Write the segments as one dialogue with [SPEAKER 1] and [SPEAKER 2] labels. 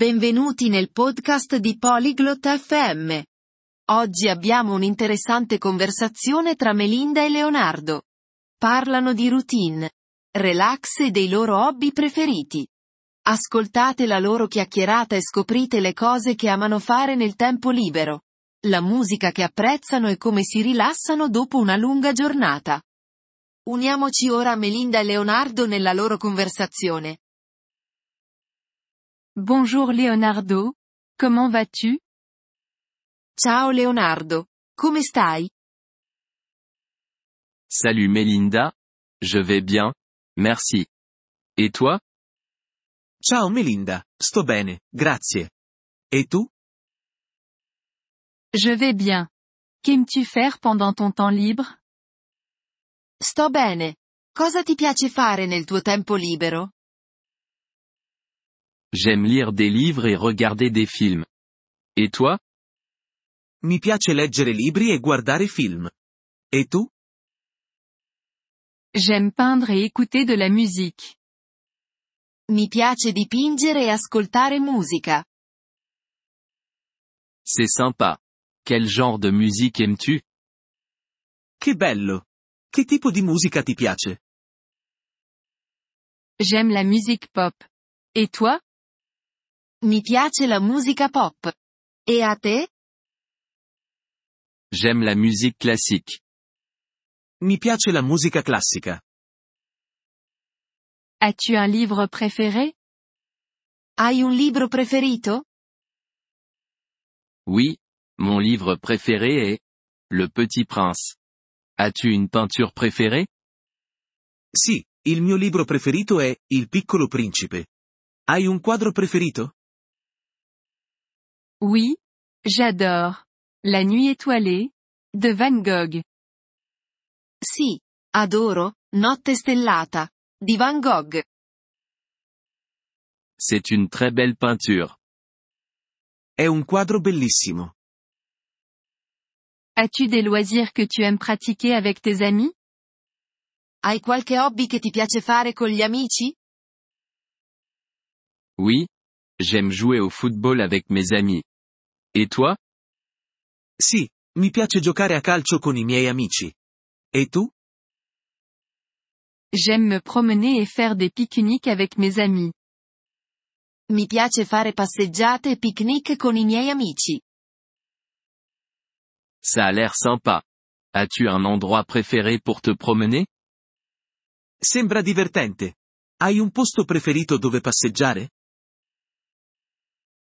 [SPEAKER 1] Benvenuti nel podcast di Polyglot FM. Oggi abbiamo un'interessante conversazione tra Melinda e Leonardo. Parlano di routine, relax e dei loro hobby preferiti. Ascoltate la loro chiacchierata e scoprite le cose che amano fare nel tempo libero, la musica che apprezzano e come si rilassano dopo una lunga giornata. Uniamoci ora a Melinda e Leonardo nella loro conversazione.
[SPEAKER 2] Bonjour Leonardo, comment vas-tu
[SPEAKER 1] Ciao Leonardo, come stai?
[SPEAKER 3] Salut Melinda. Je vais bien. Merci. Et toi?
[SPEAKER 4] Ciao Melinda, sto bene, grazie. E tu?
[SPEAKER 2] Je vais bien. Qu'aimes-tu faire pendant ton temps libre
[SPEAKER 1] Sto bene. Cosa ti piace fare nel tuo tempo libero?
[SPEAKER 3] J'aime lire des livres et regarder des films. Et toi?
[SPEAKER 4] Mi piace leggere libri e guardare film. E tu?
[SPEAKER 2] J'aime peindre et écouter de la musique.
[SPEAKER 1] Mi piace dipingere e ascoltare musica.
[SPEAKER 3] C'est sympa. Quel genre de musique aimes-tu?
[SPEAKER 4] Che bello. Che tipo di musica ti piace?
[SPEAKER 2] J'aime la musique pop. Et toi
[SPEAKER 1] Mi piace la musica pop. E a te?
[SPEAKER 3] J'aime la musique classique.
[SPEAKER 4] Mi piace la musica classica.
[SPEAKER 2] As-tu un livre préféré
[SPEAKER 1] Hai un libro preferito?
[SPEAKER 3] Oui, mon livre préféré est Le Petit Prince. As-tu une peinture préférée?
[SPEAKER 4] Sì, il mio libro preferito è Il piccolo principe. Hai un quadro preferito?
[SPEAKER 2] Oui, j'adore. La nuit étoilée, de Van Gogh.
[SPEAKER 1] Sì. Adoro, Notte stellata. Di Van Gogh.
[SPEAKER 3] C'est une très belle peinture.
[SPEAKER 4] È un quadro bellissimo.
[SPEAKER 2] As-tu des loisirs que tu aimes pratiquer avec tes amis
[SPEAKER 1] Hai qualche hobby che ti piace fare con gli amici?
[SPEAKER 3] Oui. J'aime jouer au football avec mes amis. Et toi?
[SPEAKER 4] Sì, mi piace giocare a calcio con i miei amici. E tu?
[SPEAKER 2] J'aime me promener et faire des pique-niques avec mes amis.
[SPEAKER 1] Mi piace fare passeggiate e picnic con i miei amici.
[SPEAKER 3] Ça a l'air sympa. As-tu un endroit préféré pour te promener?
[SPEAKER 4] Sembra divertente. Hai un posto preferito dove passeggiare?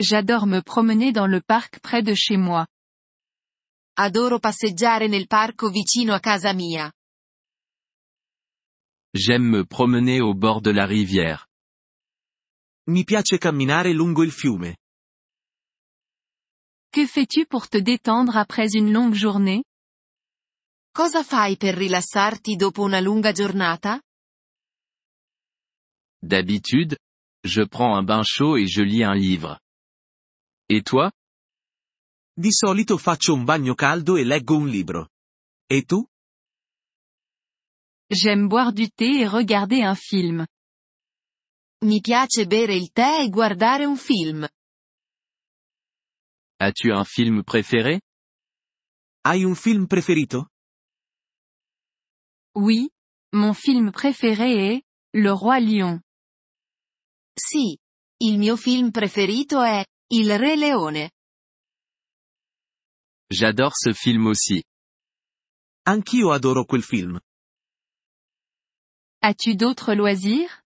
[SPEAKER 2] J'adore me promener dans le parc près de chez moi.
[SPEAKER 1] Adoro passeggiare nel parco vicino a casa mia.
[SPEAKER 3] J'aime me promener au bord de la rivière.
[SPEAKER 4] Mi piace camminare lungo il fiume.
[SPEAKER 2] Que fais-tu pour te détendre après une longue journée
[SPEAKER 1] Cosa fai per rilassarti dopo una lunga giornata?
[SPEAKER 3] D'habitude, je prends un bain chaud et je lis un livre. Et toi?
[SPEAKER 4] Di solito faccio un bagno caldo e leggo un libro. E tu?
[SPEAKER 2] J'aime boire du thé et regarder un film.
[SPEAKER 1] Mi piace bere il tè e guardare un film.
[SPEAKER 3] As-tu un film préféré?
[SPEAKER 4] Hai un film preferito?
[SPEAKER 2] Oui, mon film préféré est Le Roi Lion.
[SPEAKER 1] Sì. Il mio film preferito è Il Re Leone.
[SPEAKER 3] J'adore ce film aussi.
[SPEAKER 4] Anch'io adoro quel film.
[SPEAKER 2] As-tu d'autres loisirs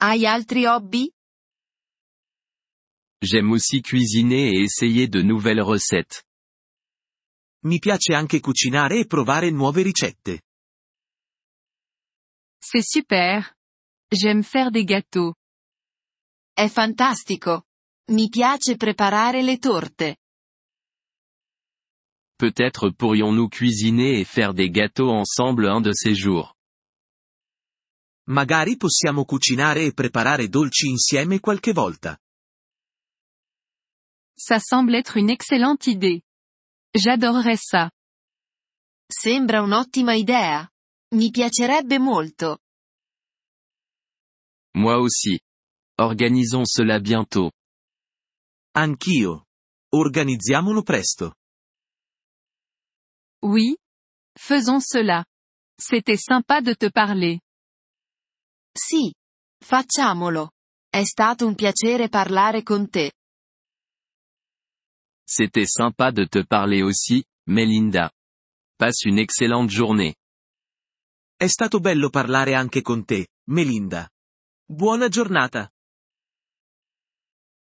[SPEAKER 1] Hai altri hobby?
[SPEAKER 3] J'aime aussi cuisiner et essayer de nouvelles recettes.
[SPEAKER 4] Mi piace anche cucinare e provare nuove ricette.
[SPEAKER 2] C'est super. J'aime faire des gâteaux.
[SPEAKER 1] È fantastico. Mi piace preparare le torte.
[SPEAKER 3] Peut-être pourrions-nous cuisiner et faire des gâteaux ensemble un de ces jours.
[SPEAKER 4] Magari possiamo cucinare e preparare dolci insieme qualche volta.
[SPEAKER 2] Ça semble être une excellente idée. J'adorerais ça.
[SPEAKER 1] Sembra un'ottima idea. Mi piacerebbe molto.
[SPEAKER 3] Moi aussi. Organisons cela bientôt.
[SPEAKER 5] Anch'io. Organizziamolo presto.
[SPEAKER 1] Oui. Faisons cela. C'était sympa de te parler.
[SPEAKER 6] Sì. Facciamolo. È stato un piacere parlare con te.
[SPEAKER 3] C'était sympa de te parler aussi, Melinda. Passe une excellente journée.
[SPEAKER 5] È stato bello parlare anche con te, Melinda. Buona giornata.